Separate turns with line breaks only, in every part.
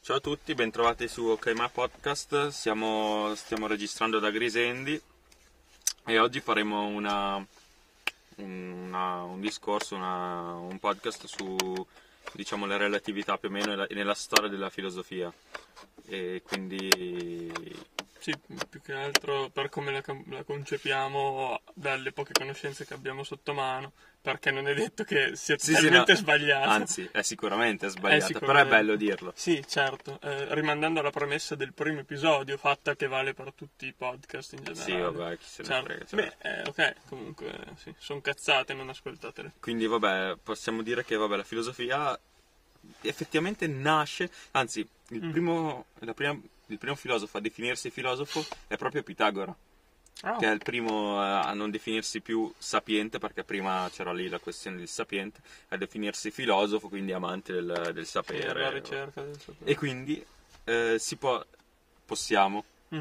Ciao a tutti, bentrovati su OKMA Podcast, Siamo- stiamo registrando da Grisendi e oggi faremo una- una- un discorso, una- un podcast su diciamo, la relatività più o meno e la- e nella storia della filosofia e quindi
Sì, più che altro per come la, com- la concepiamo dalle poche conoscenze che abbiamo sotto mano, perché non è detto che sia
Ah, Sì, sì,
totalmente
no.
sbagliato.
anzi è sicuramente sbagliata, però è
sicuramente.
bello dirlo.
Sì, certo, eh, rimandando alla premessa del primo episodio, fatta che vale per tutti i podcast in generale.
Sì, vabbè, chi se ne
Certo.
frega. cioè.
Beh, eh, ok, comunque sì, sono cazzate, non ascoltatele.
Quindi, vabbè, possiamo dire che vabbè, la filosofia effettivamente nasce, anzi, il,
Mm.
primo, la prima- il primo filosofo a definirsi filosofo è proprio Pitagora,
Oh. Ah,
che è il primo eh, a non definirsi più sapiente, perché prima c'era lì la questione del sapiente, a definirsi filosofo, quindi amante del, del
Sì,
sapere.
alla ricerca del sapere.
eh, E quindi eh, si può, possiamo,
Mm.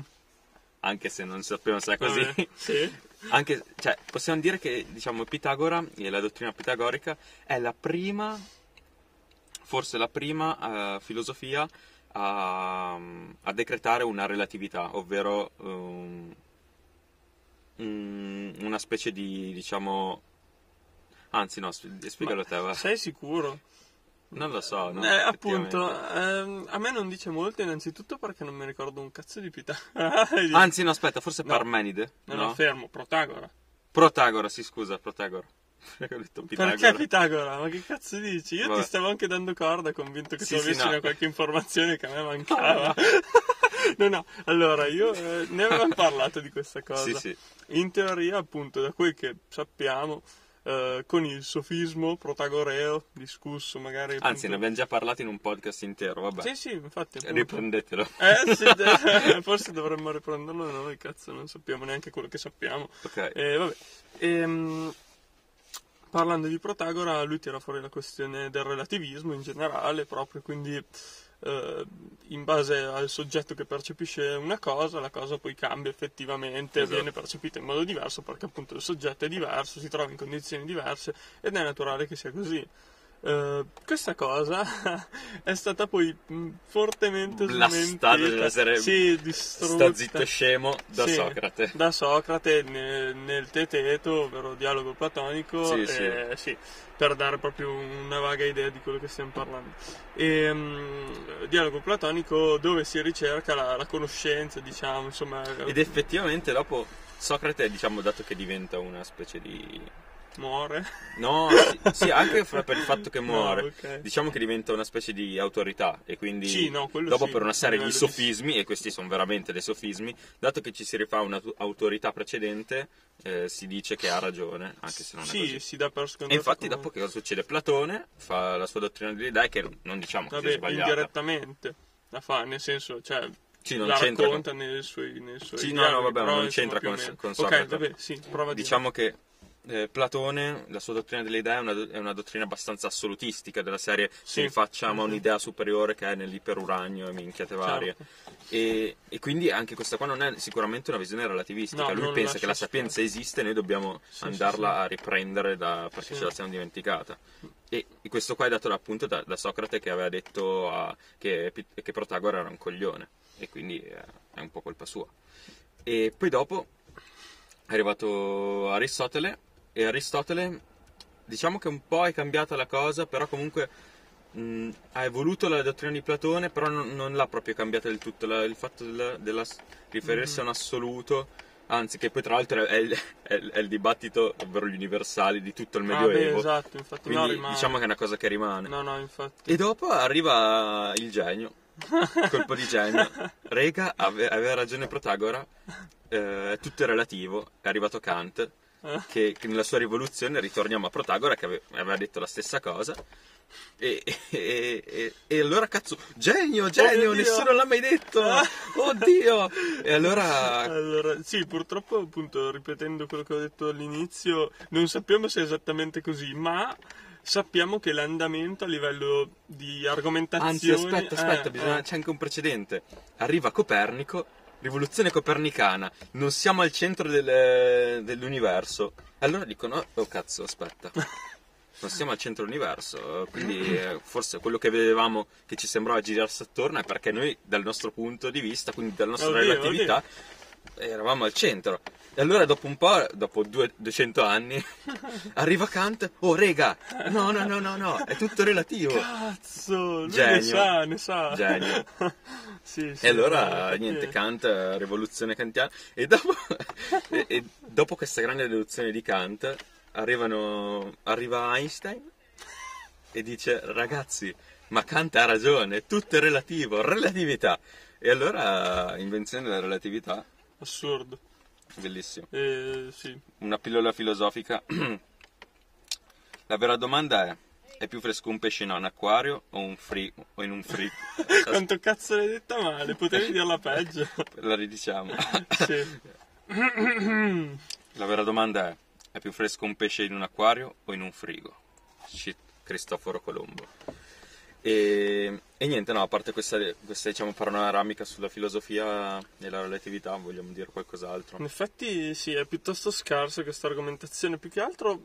anche se non sappiamo se è così,
Vabbè, Sì.
anche, cioè, possiamo dire che diciamo, Pitagora e la dottrina pitagorica è la prima, forse la prima eh, filosofia a, a decretare una relatività, ovvero um, un- una specie di, diciamo, anzi no, sp- spiegalo te, va.
Sei sicuro?
non lo so. no,
Eh, appunto,
effettivamente.
ehm, a me non dice molto innanzitutto perché non mi ricordo un cazzo di Pità.
Ah, Anzi no, aspetta, forse
No.
Parmenide,
No,
no?
no, fermo, Protagora.
Protagora, si scusa, Protagora. Ho detto
Perché
Pitagora.
Pitagora? Ma che cazzo dici? Io
Vabbè.
ti stavo anche dando corda, convinto che
Sì,
tu
sì,
avessi
no. Ah.
una qualche informazione che a me mancava. no, no, allora io eh, ne avevamo parlato di questa cosa.
Sì, sì.
In teoria, appunto, da quel che sappiamo, eh, con il sofismo protagoreo, discusso magari...
Anzi, ne
appunto-
abbiamo già parlato in un podcast intero, vabbè.
Sì, sì, infatti... appunto.
Riprendetelo.
Eh sì, de- forse dovremmo riprenderlo noi, cazzo, non sappiamo neanche quello che sappiamo.
Ok.
Eh, vabbè. Ehm, parlando di Protagora, lui tira fuori la questione del relativismo in generale, proprio quindi eh, in base al soggetto che percepisce una cosa, la cosa poi cambia effettivamente,
Esatto.
viene percepita in modo diverso perché appunto il soggetto è diverso, si trova in condizioni diverse ed è naturale che sia così. Eh, questa cosa è stata poi mh, fortemente
Blastata,
smentita,
deve essere-
sì,
Sta
distrutta
zitto scemo da
Sì.
Socrate.
da Socrate nel, nel Teteto, ovvero dialogo platonico,
Sì,
eh, sì, per dare proprio una vaga idea di quello che stiamo parlando. Ehm, dialogo platonico dove si ricerca la, la conoscenza, diciamo, insomma,
Ed effettivamente dopo Socrate, diciamo, dato che diventa una specie di...
muore.
No, sì, sì, anche fra- per il fatto che
No,
muore.
ok.
Diciamo che diventa una specie di autorità e quindi
Sì, no, quello
dopo
sì,
per una serie di
livello di-
sofismi, e questi sono veramente dei sofismi, dato che ci si rifà un'autorità precedente, eh, si dice che ha ragione, anche se non è
sì,
così.
si dà per scontato.
E infatti
come-
dopo che cosa succede? Platone fa la sua dottrina delle idee che non- non diciamo che sia
Vabbè,
sbagliata.
indirettamente la fa, nel senso, cioè,
Sì, non
la
c'entra con-
racconta nei suoi, nei suoi
Sì, no,
dialoghi,
no, vabbè, ma
però,
non
insomma,
c'entra
più o
con-
meno.
con
Ok,
Socrate.
vabbè, sì, prova a dire.
Diciamo che eh, Platone, la sua dottrina delle idee è una, do- è una dottrina abbastanza assolutistica della serie
Sì.
si rifacciamo a
Mhm.
un'idea superiore che è nell'iperuranio e minchiate varie.
Certo.
E, e quindi anche questa qua non è sicuramente una visione relativistica.
No,
Lui
non
pensa
lascia
che la
spazio.
sapienza esiste e noi dobbiamo
Sì,
andarla
sì, sì.
a riprendere da- perché
Sì.
ce la siamo dimenticata. E questo qua è dato appunto da, da Socrate che aveva detto a- che, Pit- che Protagora era un coglione e quindi eh, è un po' colpa sua. E poi dopo è arrivato Aristotele e Aristotele diciamo che un po' è cambiata la cosa, però comunque mh, ha evoluto la dottrina di Platone, però non, non l'ha proprio cambiata del tutto, la- il fatto della, della s- riferirsi a un
Mm-hmm.
assoluto, anzi che poi tra l'altro è il, è il- è il dibattito, ovvero gli universali di tutto il
Ah, beh,
Medioevo,
esatto, infatti
quindi
no, rimane.
diciamo che è una cosa che rimane.
No, no, infatti.
E dopo arriva il genio, Eh, colpo di genio. Rega ave- aveva ragione Protagora, eh, tutto è relativo, è arrivato Kant, che, che nella sua rivoluzione ritorniamo a Protagora che ave- aveva detto la stessa cosa. E, e- e- e allora cazzo, genio, genio,
Oh mio Dio!
nessuno l'ha mai detto, oddio! E allora...
Allora, sì, purtroppo, appunto, ripetendo quello che ho detto all'inizio, non sappiamo se è esattamente così, ma sappiamo che l'andamento a livello di argomentazione...
Anzi, aspetta, aspetta,
eh,
bisogna-
eh,
c'è anche un precedente. Arriva Copernico, rivoluzione copernicana, non siamo eh, al centro del- dell'universo. Allora dicono, oh cazzo, aspetta. non siamo al centro universo, quindi eh, forse quello che vedevamo che ci sembrava girarsi attorno è perché noi dal nostro punto di vista, quindi dalla nostra
Oddio,
relatività, eravamo al centro. E allora dopo un po', dopo due- 200 anni, arriva Kant, oh rega, no, no, no, no, no, è tutto relativo.
Cazzo, lui
Genio.
ne sa, ne sa.
Genio.
sì, sì,
E allora,
eh,
niente,
eh.
Kant, eh, rivoluzione kantiana. E dopo, e- e dopo questa grande rivoluzione di Kant, arrivano, arriva Einstein e dice, ragazzi, ma Kant ha ragione, tutto è relativo, relatività. E allora, invenzione della relatività,
Assurdo.
bellissimo.
Eh, sì.
Una pillola filosofica. La vera domanda è, è più fresco un pesce in un acquario o, un free, o in un free?
Quanto cazzo l'hai detta male? Potevi dirla peggio.
La ridiciamo.
sì.
La vera domanda è: è più fresco un pesce in un acquario o in un frigo? Shit, Cristoforo Colombo. E, e niente, no, a parte questa, questa diciamo panoramica sulla filosofia e la relatività, vogliamo dire qualcos'altro.
In effetti sì, è piuttosto scarsa questa argomentazione, più che altro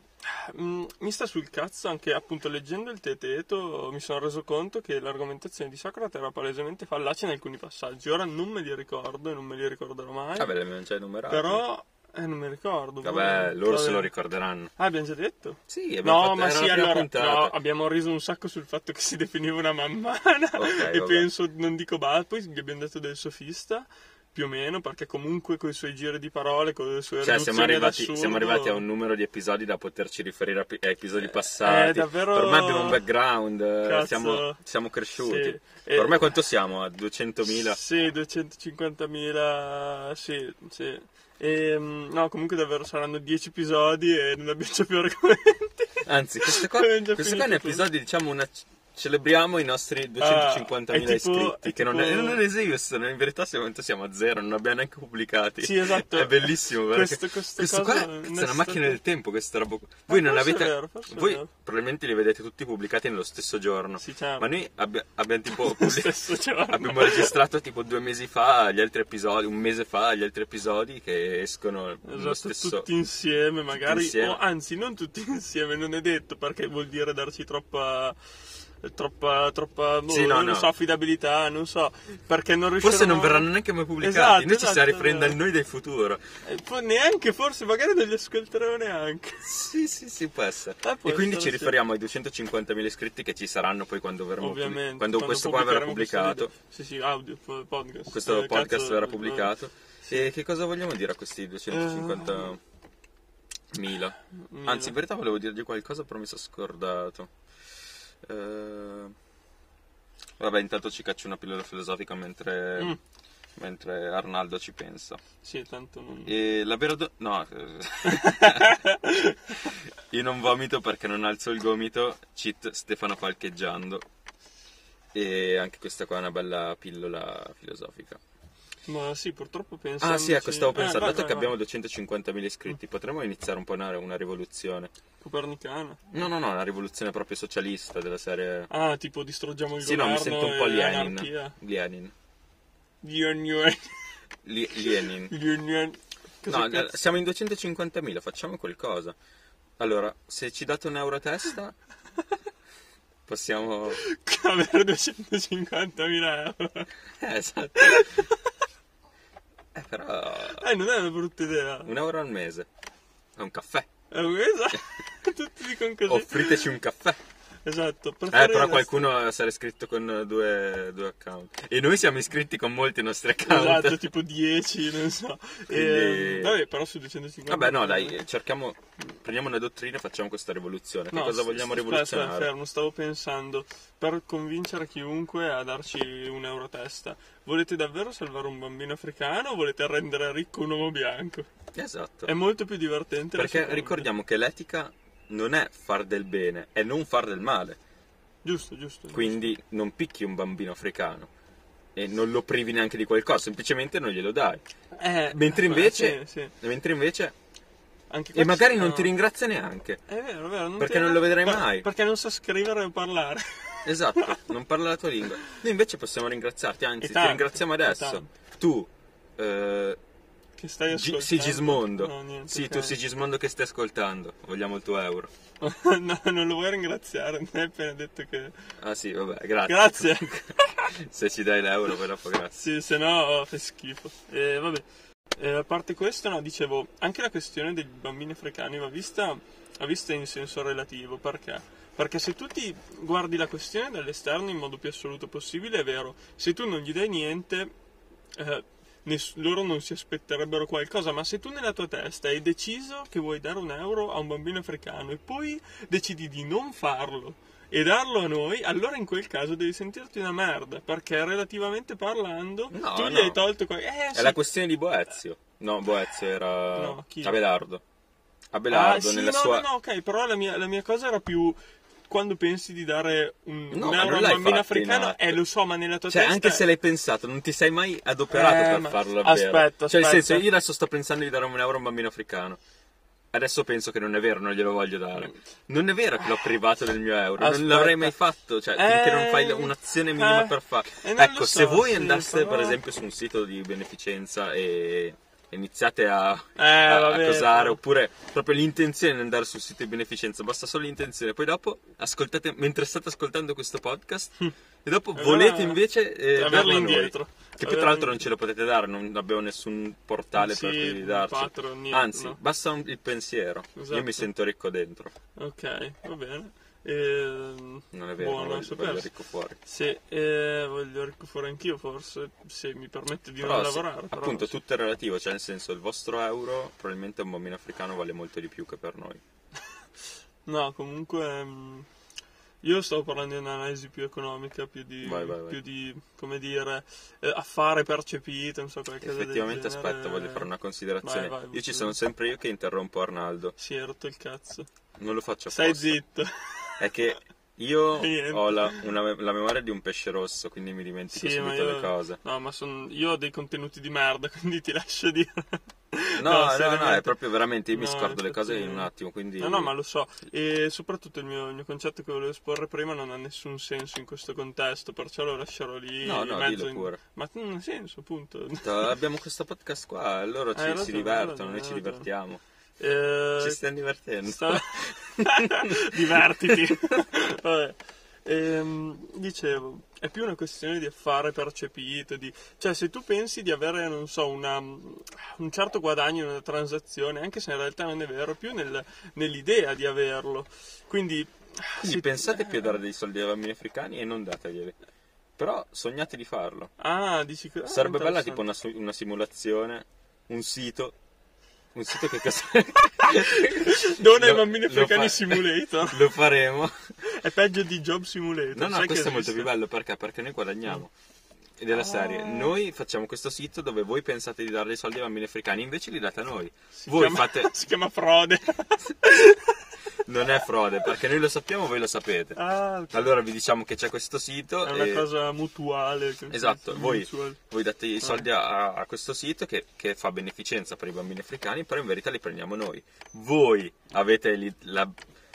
mm, mi sta sul cazzo anche appunto leggendo il Teteto mi sono reso conto che l'argomentazione di Socrate era palesemente fallace in alcuni passaggi, ora non me li ricordo e non me li ricorderò mai,
Vabbè, le abbiamo già enumerate.
però eh, non mi ricordo.
Vabbè,
boh,
loro se
vabbè.
lo ricorderanno.
Ah, abbiamo già detto?
Sì, abbiamo
No,
fatto-
ma
era
sì,
la prima
allora
puntata. Cioè,
no, abbiamo riso un sacco sul fatto che si definiva una mammana
Ok,
e
vabbè.
penso, non dico bah, poi gli abbiamo detto del sofista più o meno perché comunque con i suoi giri di parole, con le sue
Cioè, siamo
riduzioni
arrivati,
all'assurdo-
siamo arrivati a un numero di episodi da poterci riferire a, pi- a episodi passati.
Eh, davvero-
Ormai abbiamo un background, eh,
Cazzo.
siamo, siamo cresciuti.
Sì, Eh, e-
Ormai quanto siamo? A 200.000?
Sì, 250.000, sì, sì. E, mm, no, comunque davvero saranno 10 episodi e non abbiamo già più argomenti.
Anzi, questo qua,
Abbiamo già
questo
finito
qua è un
tutto.
episodio, diciamo, una- celebriamo i nostri 250.000
è tipo-
iscritti,
è
che non,
tipo-
non esistono, in verità siamo, siamo a zero, non abbiamo neanche pubblicati.
Sì, esatto.
È bellissimo, guarda
Questo-
che-
questa
questo
cosa
qua
non è
cazzo, è una
stata-
macchina del tempo, questa roba qua. Voi non
forse è
avete...
vero, forse è
voi
vero.
probabilmente li vedete tutti pubblicati nello stesso giorno,
Sì, certo.
ma noi abbia- abbiamo tipo...
Lo
pubblic-
stesso cioè, giorno.
Abbiamo registrato tipo due mesi fa gli altri episodi, un mese fa gli altri episodi che escono lo
Esatto,
stesso.
tutti insieme magari,
insieme.
o anzi non tutti insieme, non è detto perché vuol dire darci troppa, troppa, troppa, boh,
Sì, no,
non
no.
so, affidabilità, non so, perché non riusciamo
Forse non verranno neanche mai pubblicati,
Esatto,
noi ci stiamo
esatto,
riprendendo
no.
il noi del futuro.
eh, neanche, forse magari non li ascolteremo neanche.
Sì, sì, sì, può essere.
Ah, può
e quindi
essere,
ci
sì.
riferiamo ai 250.000 iscritti che ci saranno poi quando, verremo pubblic-
Ovviamente.
quando questo qua verrà
pubblicheremo
pubblicato.
questo video. Sì, sì, audio, po- podcast.
Questo
Eh,
podcast
cazzo,
verrà
eh,
pubblicato. E che cosa vogliamo dire a questi 250.000?
mila.
Anzi, in verità volevo dirgli qualcosa, però mi sono scordato. Eh, Vabbè, intanto ci caccio una pillola filosofica mentre,
Mm.
mentre Arnaldo ci pensa.
Sì, tanto non...
E la vera do- No. Io non vomito perché non alzo il gomito. Cheat Stefano palcheggiando. E anche questa qua è una bella pillola filosofica.
Ma sì, purtroppo penso... Eh,
Ah sì, ecco, stavo pensando, dato che abbiamo 250.000
Mm.
iscritti, potremmo iniziare un po' una, una rivoluzione.
Copernicana.
No, no, no, una rivoluzione proprio socialista della serie...
Ah, tipo distruggiamo il
Sì, no,
governo
mi sento un po'
e
Lenin.
anarchia.
Lenin.
Union.
Li- Lenin.
Union. Cosa
No,
cazzo?
siamo in 250.000, facciamo qualcosa. Allora, se ci date un euro a testa,
Eh.
possiamo...
Avere 250.000 euro.
Eh, esatto. Eh, però...
Eh, non è una brutta idea.
Un euro al mese. È un caffè.
È esatto. Tutti dicono così.
Offriteci un caffè.
Esatto.
Eh, però
preferiresti-
qualcuno sarà iscritto con eh, due, due account. E noi siamo iscritti con molti nostri account.
Esatto, tipo 10, non so.
Quindi-
Ehm, vabbè, però su 250.
Vabbè, no, dai, cerchiamo... Prendiamo una dottrina e facciamo questa rivoluzione. Che
No,
cosa
s-
vogliamo
s-
rivoluzionare?
Aspetta, fermo, stavo pensando. Per convincere chiunque a darci un euro a testa, volete davvero salvare un bambino africano o volete rendere ricco un uomo bianco?
Esatto.
È molto più divertente. la
Perché
seconda.
ricordiamo che l'etica non è far del bene, è non far del male.
Giusto, giusto.
Quindi non picchi un bambino africano e non lo privi neanche di qualcosa, semplicemente non glielo dai.
Eh,
Mentre
eh,
invece,
sì, sì.
mentre invece
Anche
e
qua
magari
ci
non
sono-
ti ringrazia neanche.
È vero, è vero.
Perché
ti-
non lo vedrai
per-
mai.
Perché non sa scrivere o parlare.
Esatto, non parla la tua lingua. Noi invece possiamo ringraziarti, anzi,
E
ti
tanto,
ringraziamo
e
adesso.
tanto.
Tu eh,
Che stai
G-
ascoltando?
Sigismondo.
No, niente,
sì,
ok.
tu Sigismondo che stai ascoltando, vogliamo il tuo euro.
no, non lo vuoi ringraziare, mi hai appena detto che...
Ah sì, vabbè, grazie.
Grazie!
Se ci dai l'euro poi dopo grazie.
sì, se no fa schifo. Eh, vabbè, Eh, a parte questo, no, dicevo, anche la questione dei bambini africani va vista, va vista in senso relativo, perché? Perché se tu ti guardi la questione dall'esterno in modo più assoluto possibile, è vero, se tu non gli dai niente, eh, ness- loro non si aspetterebbero qualcosa, ma se tu nella tua testa hai deciso che vuoi dare un euro a un bambino africano e poi decidi di non farlo e darlo a noi, allora in quel caso devi sentirti una merda, perché relativamente parlando
No,
tu gli
no.
hai tolto eh, qualcosa.
È la questione di Boezio. No, Boezio era
No, chi?
Abelardo.
Ah,
Abelardo
sì,
nella
no,
sua
no, no, ok, però la mia, la mia cosa era più quando pensi di dare un,
No,
un
ma
euro a
non
un
l'hai
bambino
fatto in
africano,
atto.
eh, lo so, ma nella tua
Cioè,
testa...
anche se l'hai pensato, non ti sei mai adoperato
Eh,
per
ma-
farlo davvero.
aspetta,
Cioè, nel
aspetta.
senso, io adesso sto pensando di dare un euro a un bambino africano. Adesso penso che non è vero, non glielo voglio dare. Non è vero che l'ho privato del mio euro, non
Aspetta.
l'avrei mai fatto, cioè, finché non fai
Eh,
un'azione minima
eh,
per farlo.
eh, non lo
ecco,
so,
se voi
sì,
andaste, per
però-
esempio, su un sito di beneficenza e iniziate a,
Eh,
a- a
vabbè,
cosare,
però-
oppure proprio l'intenzione di andare sul sito di beneficenza, basta solo l'intenzione. Poi dopo, ascoltate, mentre state ascoltando questo podcast,
Mm.
e dopo
Allora,
volete invece eh,
averlo
darlo a noi.
Cioè, indietro.
Che poi
Averlo
tra l'altro non
indietro.
ce lo potete dare, non abbiamo nessun portale per
Sì,
cui
un
darci.
Patreon, niente,
Anzi,
no.
basta un- il pensiero. Io
Esatto.
mi sento ricco dentro.
Ok, va bene. Ehm,
Non è vero,
buono,
voglio,
sapersi.
voglio ricco fuori.
Sì, eh, voglio recuperare anch'io forse, se mi permette di
Però,
non
sì,
lavorare. però
appunto,
sì.
tutto è relativo, cioè nel senso il vostro euro probabilmente un bambino africano vale molto di più che per noi.
No, comunque mh, io stavo parlando di un'analisi più economica, più di,
Vai, vai, vai.
più di come dire, eh, affare percepito, non so, qualcosa del
Effettivamente,
genere.
aspetta, voglio fare una considerazione.
Vai, vai,
io ci
vai.
sono sempre io che interrompo Arnaldo.
Sì, hai rotto il cazzo.
Non lo faccio apposta.
Stai zitto.
È che io
Niente.
ho la, una- la memoria di un pesce rosso, quindi mi dimentico
Sì, ma
subito
io...
le cose.
No, ma son- io ho dei contenuti di merda, quindi ti lascio dire.
No, no, no,
seriamente.
è proprio veramente, io mi
No,
scordo le cose in
infatti-
un attimo, quindi...
No, no, ma lo so. E soprattutto il mio, il mio concetto che volevo esporre prima non ha nessun senso in questo contesto, perciò lo lascerò lì.
No,
in
no,
mezzo
dillo
in-
pure.
Ma non ha senso, appunto.
Abbiamo questo podcast qua, e loro
Eh, Hai
ci, si
ragione,
divertono,
hai
noi ci
ragione.
divertiamo.
Eh,
Ci stiamo divertendo.
sta- Divertiti. Vabbè. Ehm, dicevo, è più una questione di affare percepito, di... cioè se tu pensi di avere, non so, una- un certo guadagno in una transazione, anche se in realtà non è vero, più nel- nell'idea di averlo. Quindi,
Quindi
se-
pensate più a dare dei soldi ai bambini africani e non dateglieli. Però sognate di farlo.
ah, dici che... ah,
Sarebbe bella
interessante.
tipo una, su- una simulazione, un sito, un sito che... Cosa...
Dona ai
Lo-
bambini
lo fa-
africani simulator.
Lo faremo.
È peggio di Job Simulator.
No,
sai
no,
che
questo è molto più
esiste?
bello perché? Perché noi guadagniamo. Ed è
Ah.
la serie, noi facciamo questo sito dove voi pensate di dare dei soldi ai bambini africani, invece li date a noi.
Si
voi
chiama-
fate.
Si chiama frode.
Non è frode, perché noi lo sappiamo, voi lo sapete.
Ah, ok.
Allora vi diciamo che c'è questo sito.
È una
e-
cosa mutuale. che-
Esatto, voi,
mutual.
voi date i soldi
Ah.
a, a questo sito che, che fa beneficenza per i bambini africani, però in verità li prendiamo noi. Voi avete il- la,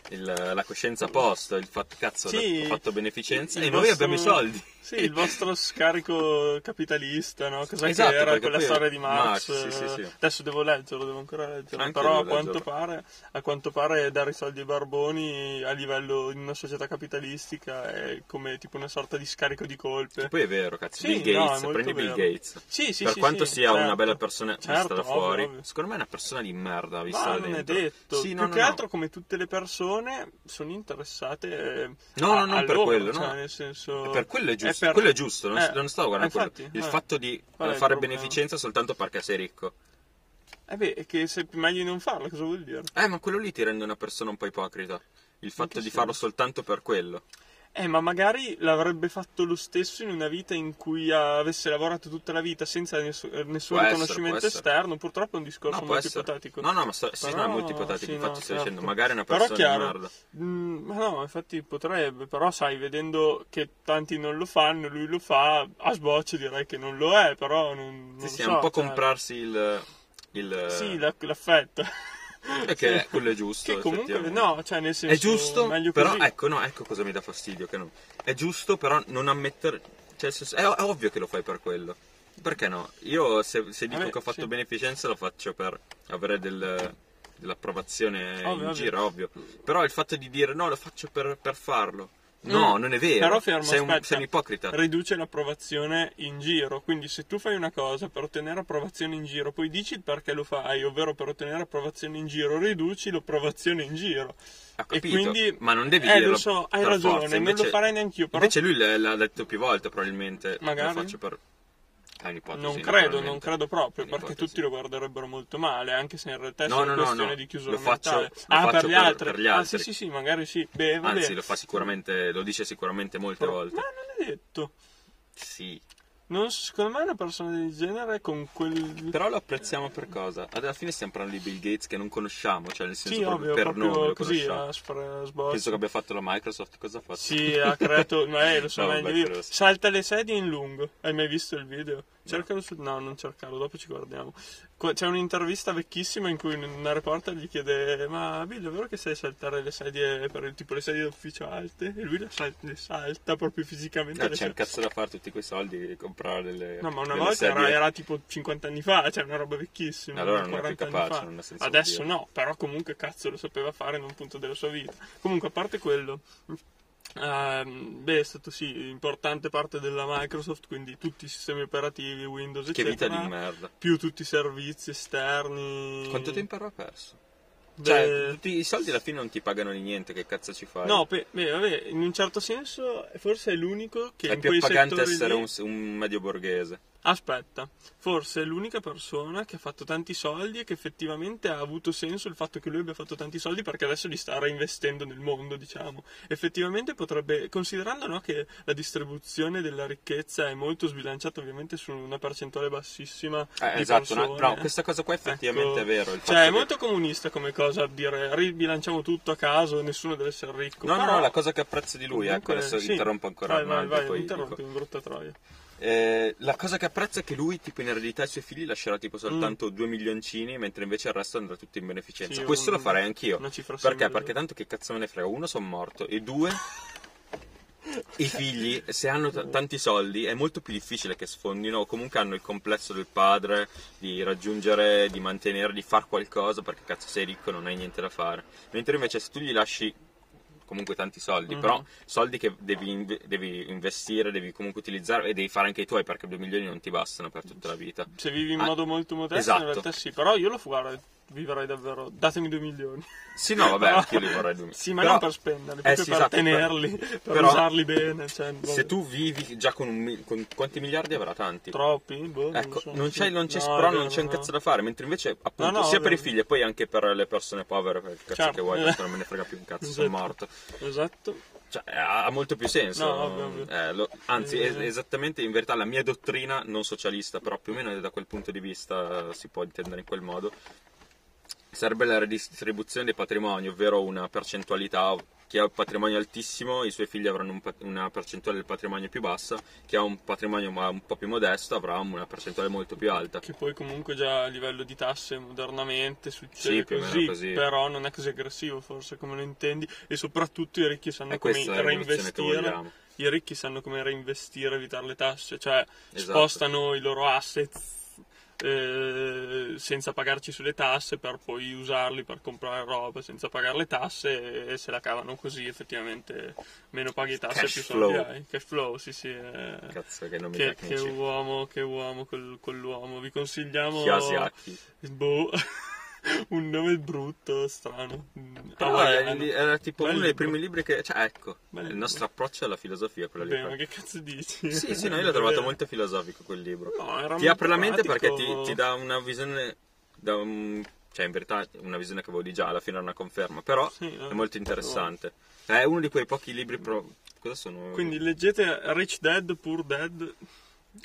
il- la coscienza a posto, il fatto cazzo
Sì.
ho fatto beneficenza
Il-
e
il
noi
vostro-
abbiamo i soldi.
Sì, il vostro scarico capitalista, no? Cos'è
Esatto,
che era
perché
quella
poi-
storia di Marx?
Marx, sì, sì, sì.
Adesso devo leggerlo, devo ancora leggerlo.
Anche
Però
io
a
devo
quanto,
leggerlo.
pare, a quanto pare dare i soldi ai barboni a livello in una società capitalistica è come tipo una sorta di scarico di colpe.
Poi è vero, cazzo,
Sì,
Bill Gates,
no, è molto
prendi Bill
vero.
Gates.
Sì, sì,
per
sì,
quanto
sì,
sia
certo.
una bella persona vista
Certo,
da
ovvio,
fuori,
ovvio.
secondo me è una persona di merda vista
Ma
da
non è
dentro.
detto,
Sì, no,
più
no,
che
no.
altro come tutte le persone sono interessate eh,
No,
a-
no, non
a
per
loro,
quello,
cioè,
no.
nel senso...
E per quello è giusto,
per-
quello è giusto, non,
eh,
non stavo guardando quello.
eh, infatti,
Il
eh.
fatto di
Qual è il
fare
problema?
beneficenza soltanto perché sei ricco.
Eh beh, è che se meglio non farlo, cosa vuol dire?
Eh, ma quello lì ti rende una persona un po' ipocrita. Il fatto
che
di
senso?
farlo soltanto per quello.
Eh, ma magari l'avrebbe fatto lo stesso in una vita in cui avesse lavorato tutta la vita senza ness- eh, nessun
Può essere,
riconoscimento
può essere.
esterno. Purtroppo è un discorso
No, può
molto
essere.
ipotetico.
No, no, ma so- sì, no, è
Però-
molto ipotetico.
sì,
infatti,
no,
sto
certo.
dicendo, magari è una
Però
persona
chiaro.
di merda.
Mm, ma no, infatti potrebbe, però sai, vedendo che tanti non lo fanno, lui lo fa, a sboccio direi che non lo è, però non,
Sì,
non
sì,
lo
è un
so,
po'
cioè,
comprarsi il. il
Sì, la- l'affetto.
Perché
Sì.
quello è giusto.
Che comunque,
effettivamente.
no, cioè nel senso...
È giusto,
meglio
però
così.
ecco, no, ecco cosa mi dà fastidio. Che no. È giusto, però non ammettere. Cioè, nel senso- è, è ovvio che lo fai per quello. Perché no? Io se, se dico
Vabbè,
che ho fatto
Eh, sì.
beneficenza lo faccio per avere del- dell'approvazione
Ovvio,
in
ovvio.
giro, ovvio. Però il fatto di dire no, lo faccio per, per farlo. No,
Mm.
non è vero.
Però fermo,
sei, un,
aspetta.
sei un ipocrita.
Riduce l'approvazione in giro, quindi se tu fai una cosa per ottenere approvazione in giro, poi dici il perché lo fai, ovvero per ottenere approvazione in giro, riduci l'approvazione in giro.
Ho capito,
e quindi,
ma non devi
eh,
dirlo
lo so, hai
per
ragione,
forza,
non
invece-
lo farei neanch'io, però
Invece lui l- l'ha detto più volte, probabilmente.
Magari.
Lo faccio per. È un'ipotesi.
non credo, non
naturalmente.
credo proprio,
È
perché
un'ipotesi.
tutti lo guarderebbero molto male, anche se in realtà è
No,
solo
no, no,
questione
no,
di chiusura
lo faccio-
mentale.
lo
ah, per
faccio
gli
per-
altri.
per gli
ah, sì,
altri.
sì, sì, magari sì. Beh, vabbè.
Anzi, lo fa sicuramente, lo dice sicuramente molte
Però-
volte.
Ma non è detto.
Sì.
Non so, secondo me una persona del genere con quel
Però lo apprezziamo per cosa? Alla fine stiamo parlando di Bill Gates che non conosciamo, cioè nel senso
Sì,
proprio
ovvio,
per
proprio
nome lo
così
conosciamo.
a spra- sboccio.
Penso che abbia fatto la Microsoft, cosa ha fatto?
Sì, ha creato, ma eh, lo so
No,
meglio
vabbè,
io.
quello sì.
Salta le sedie in lungo. Hai mai visto il video? Cercalo su No, non cercalo, dopo ci guardiamo. Qua- C'è un'intervista vecchissima in cui una reporter gli chiede "Ma Bill, è vero che sai saltare le sedie per il tipo le sedie d'ufficio alte?" E lui le sal- le salta, proprio fisicamente
No,
le
Cioè, Eh, c'è un
sedie.
cazzo da fare tutti quei soldi e comprare delle
No, ma una
delle
volta era,
sedie.
era tipo 50 anni fa, cioè una roba vecchissima.
Allora non è
40
più
anni
capace,
fa.
non ha senso
Adesso
dire.
no, però comunque cazzo lo sapeva fare in un punto della sua vita. Comunque, a parte quello, ehm, beh, è stato sì, importante parte della Microsoft, quindi tutti i sistemi operativi, Windows,
Che vita
eccetera.
di merda.
più tutti i servizi esterni.
Quanto tempo avrà perso?
Mm. Beh,
Cioè, tutti i soldi alla fine non ti pagano di niente, che cazzo ci fai?
No, pe- beh, vabbè, in un certo senso forse è l'unico che
è
in
più
quei
appagante
settori
essere
lì-
un, un medio borghese.
Aspetta, forse è l'unica persona che ha fatto tanti soldi e che effettivamente ha avuto senso il fatto che lui abbia fatto tanti soldi perché adesso li sta reinvestendo nel mondo, diciamo. Effettivamente potrebbe, considerando no, che la distribuzione della ricchezza è molto sbilanciata ovviamente su una percentuale bassissima
Eh,
di
esatto, no,
persone.
no, questa cosa qua effettivamente
Ecco.
è vero. il fatto
Cioè, è
che-
molto comunista come cosa dire ribilanciamo tutto a caso, nessuno deve essere ricco.
No, no,
Però-
no, la cosa che apprezzo di lui, ecco,
comunque,
adesso
sì.
interrompo ancora
Vai, vai,
Armando,
vai,
poi
interrompi,
dico.
brutta troia.
Eh, la cosa che apprezzo è che lui, tipo, in eredità ai suoi figli lascerà
Mm.
tipo soltanto due milioncini, mentre invece il resto andrà tutto in beneficenza.
Sì,
Questo
un-
lo farei anch'io.
una cifra
Perché?
simile.
Perché tanto che cazzo me ne frega, uno sono morto e due. I figli, se hanno t- tanti soldi, è molto più difficile che sfondino. o Comunque hanno il complesso del padre di raggiungere, di mantenere, di far qualcosa. Perché cazzo sei ricco, non hai niente da fare. Mentre invece, se tu gli lasci comunque tanti soldi,
Mhm.
però soldi che devi, inve- devi investire, devi comunque utilizzare e devi fare anche i tuoi perché 2 milioni non ti bastano per tutta la vita.
Se vivi in
Ah,
modo molto modesto,
esatto.
in realtà sì, però io lo guarda, vivrei davvero. Datemi due milioni.
Sì, no, vabbè,
Però-
anche io li vorrei 2 milioni.
Sì, ma
Però
non per spenderli, proprio
sì,
per
esatto,
tenerli, per,
però-
usarli bene. Cioè, vabbè.
Se tu vivi già con, un mi- con quanti miliardi avrà tanti?
Troppi, boh,
Ecco,
non, so,
non
sì.
c'è, non c'è,
No,
però
è
non
vero,
c'è un
no.
cazzo da fare, mentre invece appunto
No, no,
sia per i
ovvio.
figli e poi anche per le persone povere, perché cazzo
Certo.
che vuoi, tanto non me ne frega più un cazzo, sono
Esatto.
morto.
Esatto.
Cioè, ha ha molto più senso.
No, ovvio, ovvio.
Eh, lo- anzi, es-
Eh.
esattamente in verità la mia dottrina non socialista, però più o meno da quel punto di vista eh, si può intendere in quel modo. Sarebbe la redistribuzione dei patrimoni, ovvero una percentualità. Chi ha un patrimonio altissimo, i suoi figli avranno un pat- una percentuale del patrimonio più bassa, chi ha un patrimonio ma un po' più modesto avrà una percentuale molto più alta.
Che poi comunque già a livello di tasse modernamente succede
Sì, più o meno
così,
così.
però non è così aggressivo forse come lo intendi e soprattutto i ricchi sanno
E
come
Eh, questa è la rivoluzione che
reinvestire,
vogliamo.
i ricchi sanno come reinvestire, evitare le tasse, cioè
Esatto.
spostano i loro assets eh, senza pagarci sulle tasse per poi usarli per comprare roba senza pagare le tasse e se la cavano così effettivamente meno paghi tasse
Cash
più
flow.
soldi hai. Cash flow, sì sì. eh.
Cazzo, che nomi
Che, che
tecnici.
uomo, che uomo quel- quell'uomo. Vi consigliamo
Kiyosaki.
boh, un nome brutto, strano. Ah, eh,
Però eh, era,
hawaiano.
era tipo
Bel
uno dei
libro.
primi libri che. Cioè, ecco,
Bel
il
libro.
nostro approccio alla filosofia, quella
Vabbè, ma
lì.
che cazzo dici?
Sì, sì, no, io l'ho trovato
Vabbè.
molto filosofico quel libro.
No, era
ti apre la mente perché
pratico.
ti, ti dà una visione. Da un- cioè, in verità, una visione che avevo di già, alla fine era una conferma. Però
Sì, eh.
è molto interessante. È uno di quei pochi libri. pro- Cosa sono?
Quindi leggete Rich Dead, Poor Dead,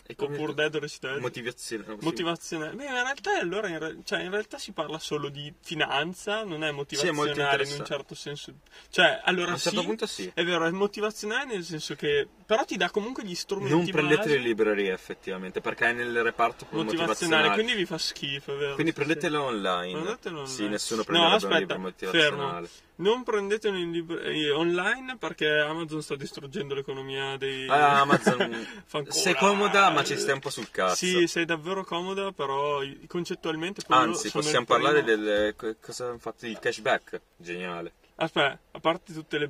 E
o
come-
Poor Dead, Rich Dead.
motivazione. no, sì.
Motivazionale. Beh, in realtà, allora, in, re- cioè, in realtà si parla solo di finanza, non è motivazionale in un
interessante.
certo senso. Cioè,
A
allora
un certo
sì,
punto sì.
È vero, è motivazionale nel senso che. Però ti dà comunque gli strumenti.
Non prendete
base
le librerie effettivamente, perché è nel reparto
motivazionale,
motivazionale.
quindi vi fa schifo, è vero?
Quindi
sì,
prendetelo
sì.
online.
Prendetelo
Sì,
online.
nessuno
No,
prende un
aspetta,
libro motivazionale.
Non prendetelo in libra- eh, online perché Amazon sta distruggendo l'economia dei.
Ah, Amazon.
Fa ancora.
Se comoda comoda, ma ci stai un po' sul cazzo.
Sì, sei davvero comoda, però i- concettualmente poi io
Anzi,
sono il
possiamo parlare
primo-
del co- cosa hanno fatto il cashback. Geniale.
Aspetta, a parte tutte le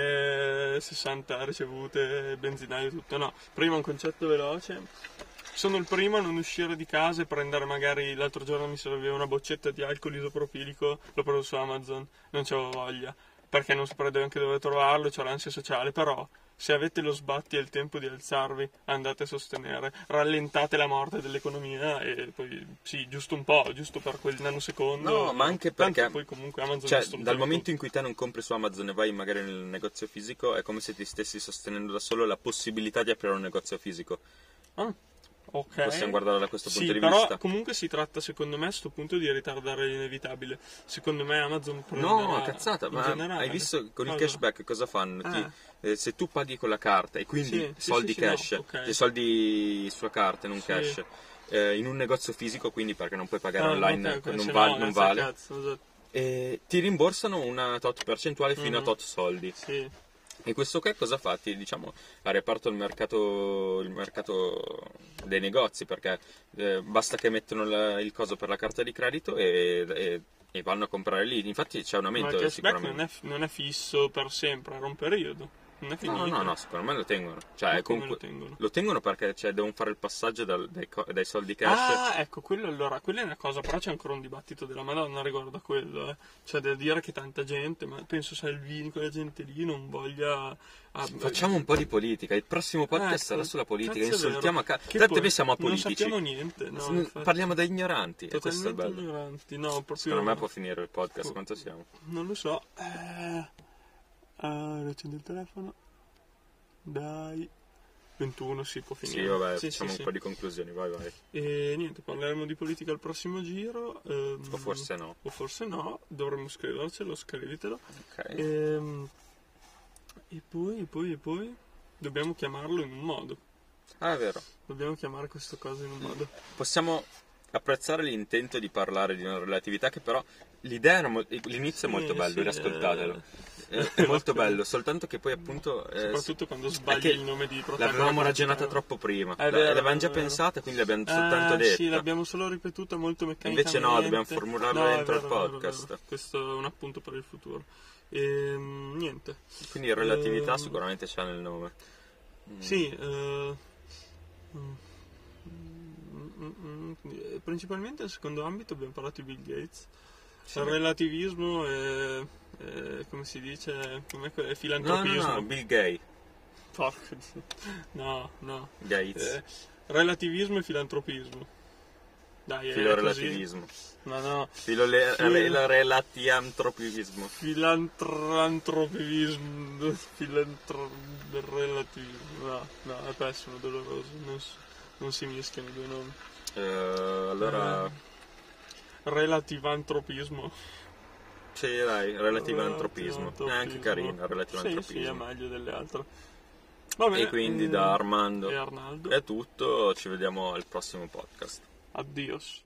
benzine 60 ricevute, benzinaio e tutto, no. Prima un concetto veloce. Sono il primo a non uscire di casa e prendere magari l'altro giorno mi serviva una boccetta di alcol isopropilico, l'ho preso su Amazon, non c'avevo voglia, perché non saprei neanche dove trovarlo, c'ho l'ansia sociale, però se avete lo sbatti e il tempo di alzarvi, andate a sostenere, rallentate la morte dell'economia e poi sì, giusto un po', giusto per quel nanosecondo.
No, ma anche
Tanto
perché-
poi comunque Amazon
Cioè,
distrugge
dal
tutto.
momento in cui te non compri su Amazon e vai magari nel negozio fisico, è come se ti stessi sostenendo da solo la possibilità di aprire un negozio fisico.
Ah, ok.
Possiamo guardarlo da questo punto
Sì,
di
però
vista.
comunque si tratta secondo me a sto punto di ritardare l'inevitabile. Secondo me Amazon
No,
prenderà
cazzata,
in
ma
generale.
hai visto con il
Cosa?
cashback cosa fanno? Ti-
Ah.
eh, se tu paghi con la carta e quindi
Sì, sì,
soldi
sì, sì,
cash,
no, ok.
dei soldi sulla carta, non
Sì.
cash, eh, in un negozio fisico, quindi perché non puoi pagare
Ah,
online,
ok, ok,
non,
se
val-
no, eh,
non
grazie al
vale,
cazzo, esatto.
eh, ti rimborsano una tot percentuale fino
Mhm.
a tot soldi.
Sì.
E questo che cosa fa? Ti, diciamo, ha reparto il mercato, il mercato dei negozi, perché eh, basta che mettono la- il coso per la carta di credito e, e- e vanno a comprare lì. Infatti c'è un
Ma
aumento
il cashback
sicuramente.
non è, non è fisso per sempre, era un periodo. Non è finito.
No, no, no, secondo me lo tengono. Cioè,
Ma come
comunque-
lo tengono?
lo tengono perché cioè, devono fare il passaggio dal- dai, co- dai soldi cash.
Ah, ecco, quello allora, quella è una cosa, però c'è ancora un dibattito della Madonna riguardo a quello, eh. Cioè, da dire che tanta gente, ma penso Salvini, quella gente lì non voglia... ah,
Facciamo un po' di politica. Il prossimo podcast
Ecco,
sarà sulla politica.
cazzo è
Insultiamo a
vero.
cazzo.
Che
Tanto
poi
noi siamo
Non
apolitici.
sappiamo niente, no,
S-
infatti.
Parliamo da ignoranti. E questo è
Totalmente
bello.
ignoranti, Ecco. no, proprio...
Secondo me può finire il podcast.
Pu-
Quanto siamo?
Non lo so. Eh, ah, riaccendo il telefono. Dai. 21, sì, può
Sì,
finire.
vabbè,
sì,
facciamo
sì,
un
sì.
po' di conclusioni. Vai, vai.
E niente, parleremo di politica al prossimo giro. ehm,
O forse no.
O forse no, dovremmo scrivercelo, scrivetelo.
Ok.
Ehm, e poi, e poi, e poi... Dobbiamo chiamarlo in un modo.
Ah, è vero.
Dobbiamo chiamare questa cosa in un modo.
Possiamo apprezzare l'intento di parlare di una relatività che però l'idea era mo- l'inizio è molto
Sì,
bello,
sì,
riascoltatelo.
eh.
È molto bello, soltanto che poi appunto eh,
Soprattutto quando
è che
sbagli il nome di protagonista.
l'avevamo ragionata troppo prima.
È
La-
vero,
l'avevamo già
è vero.
pensata, quindi l'abbiamo
Eh,
soltanto
Sì,
detta.
l'abbiamo solo ripetuta molto meccanicamente.
Invece no, dobbiamo formularla
No, è
dentro il
vero, è vero,
podcast.
è vero. Questo è un appunto per il futuro. Ehm, niente.
Quindi relatività
Ehm.
sicuramente c'è nel nome. Mm.
Sì, eh, mm, mm, mm, principalmente nel secondo ambito abbiamo parlato di Bill Gates.
Sì.
Il relativismo e, e come si dice, com'è que- e
No, no,
filantropismo.
no, Bill Gay.
Porco di- No, no.
Gates.
Eh, relativismo e filantropismo. Dai, è così.
Filorelativismo.
Ma no.
Filorelatiantropismo.
Filantrantropismo. Filantro... relativismo. No, no, è pessimo, doloroso. Non, s- non si mischiano i due nomi.
Eh, allora...
Eh, Relativantropismo.
Sì, dai, relativo all'antropismo. È anche
Relativantropismo.
carino, relativo
Sì, sì, è
all'antropismo.
meglio delle altre. Va bene,
e quindi
mm,
da Eh.
e
Armando
Arnaldo.
è tutto, ci vediamo al prossimo podcast.
Addios.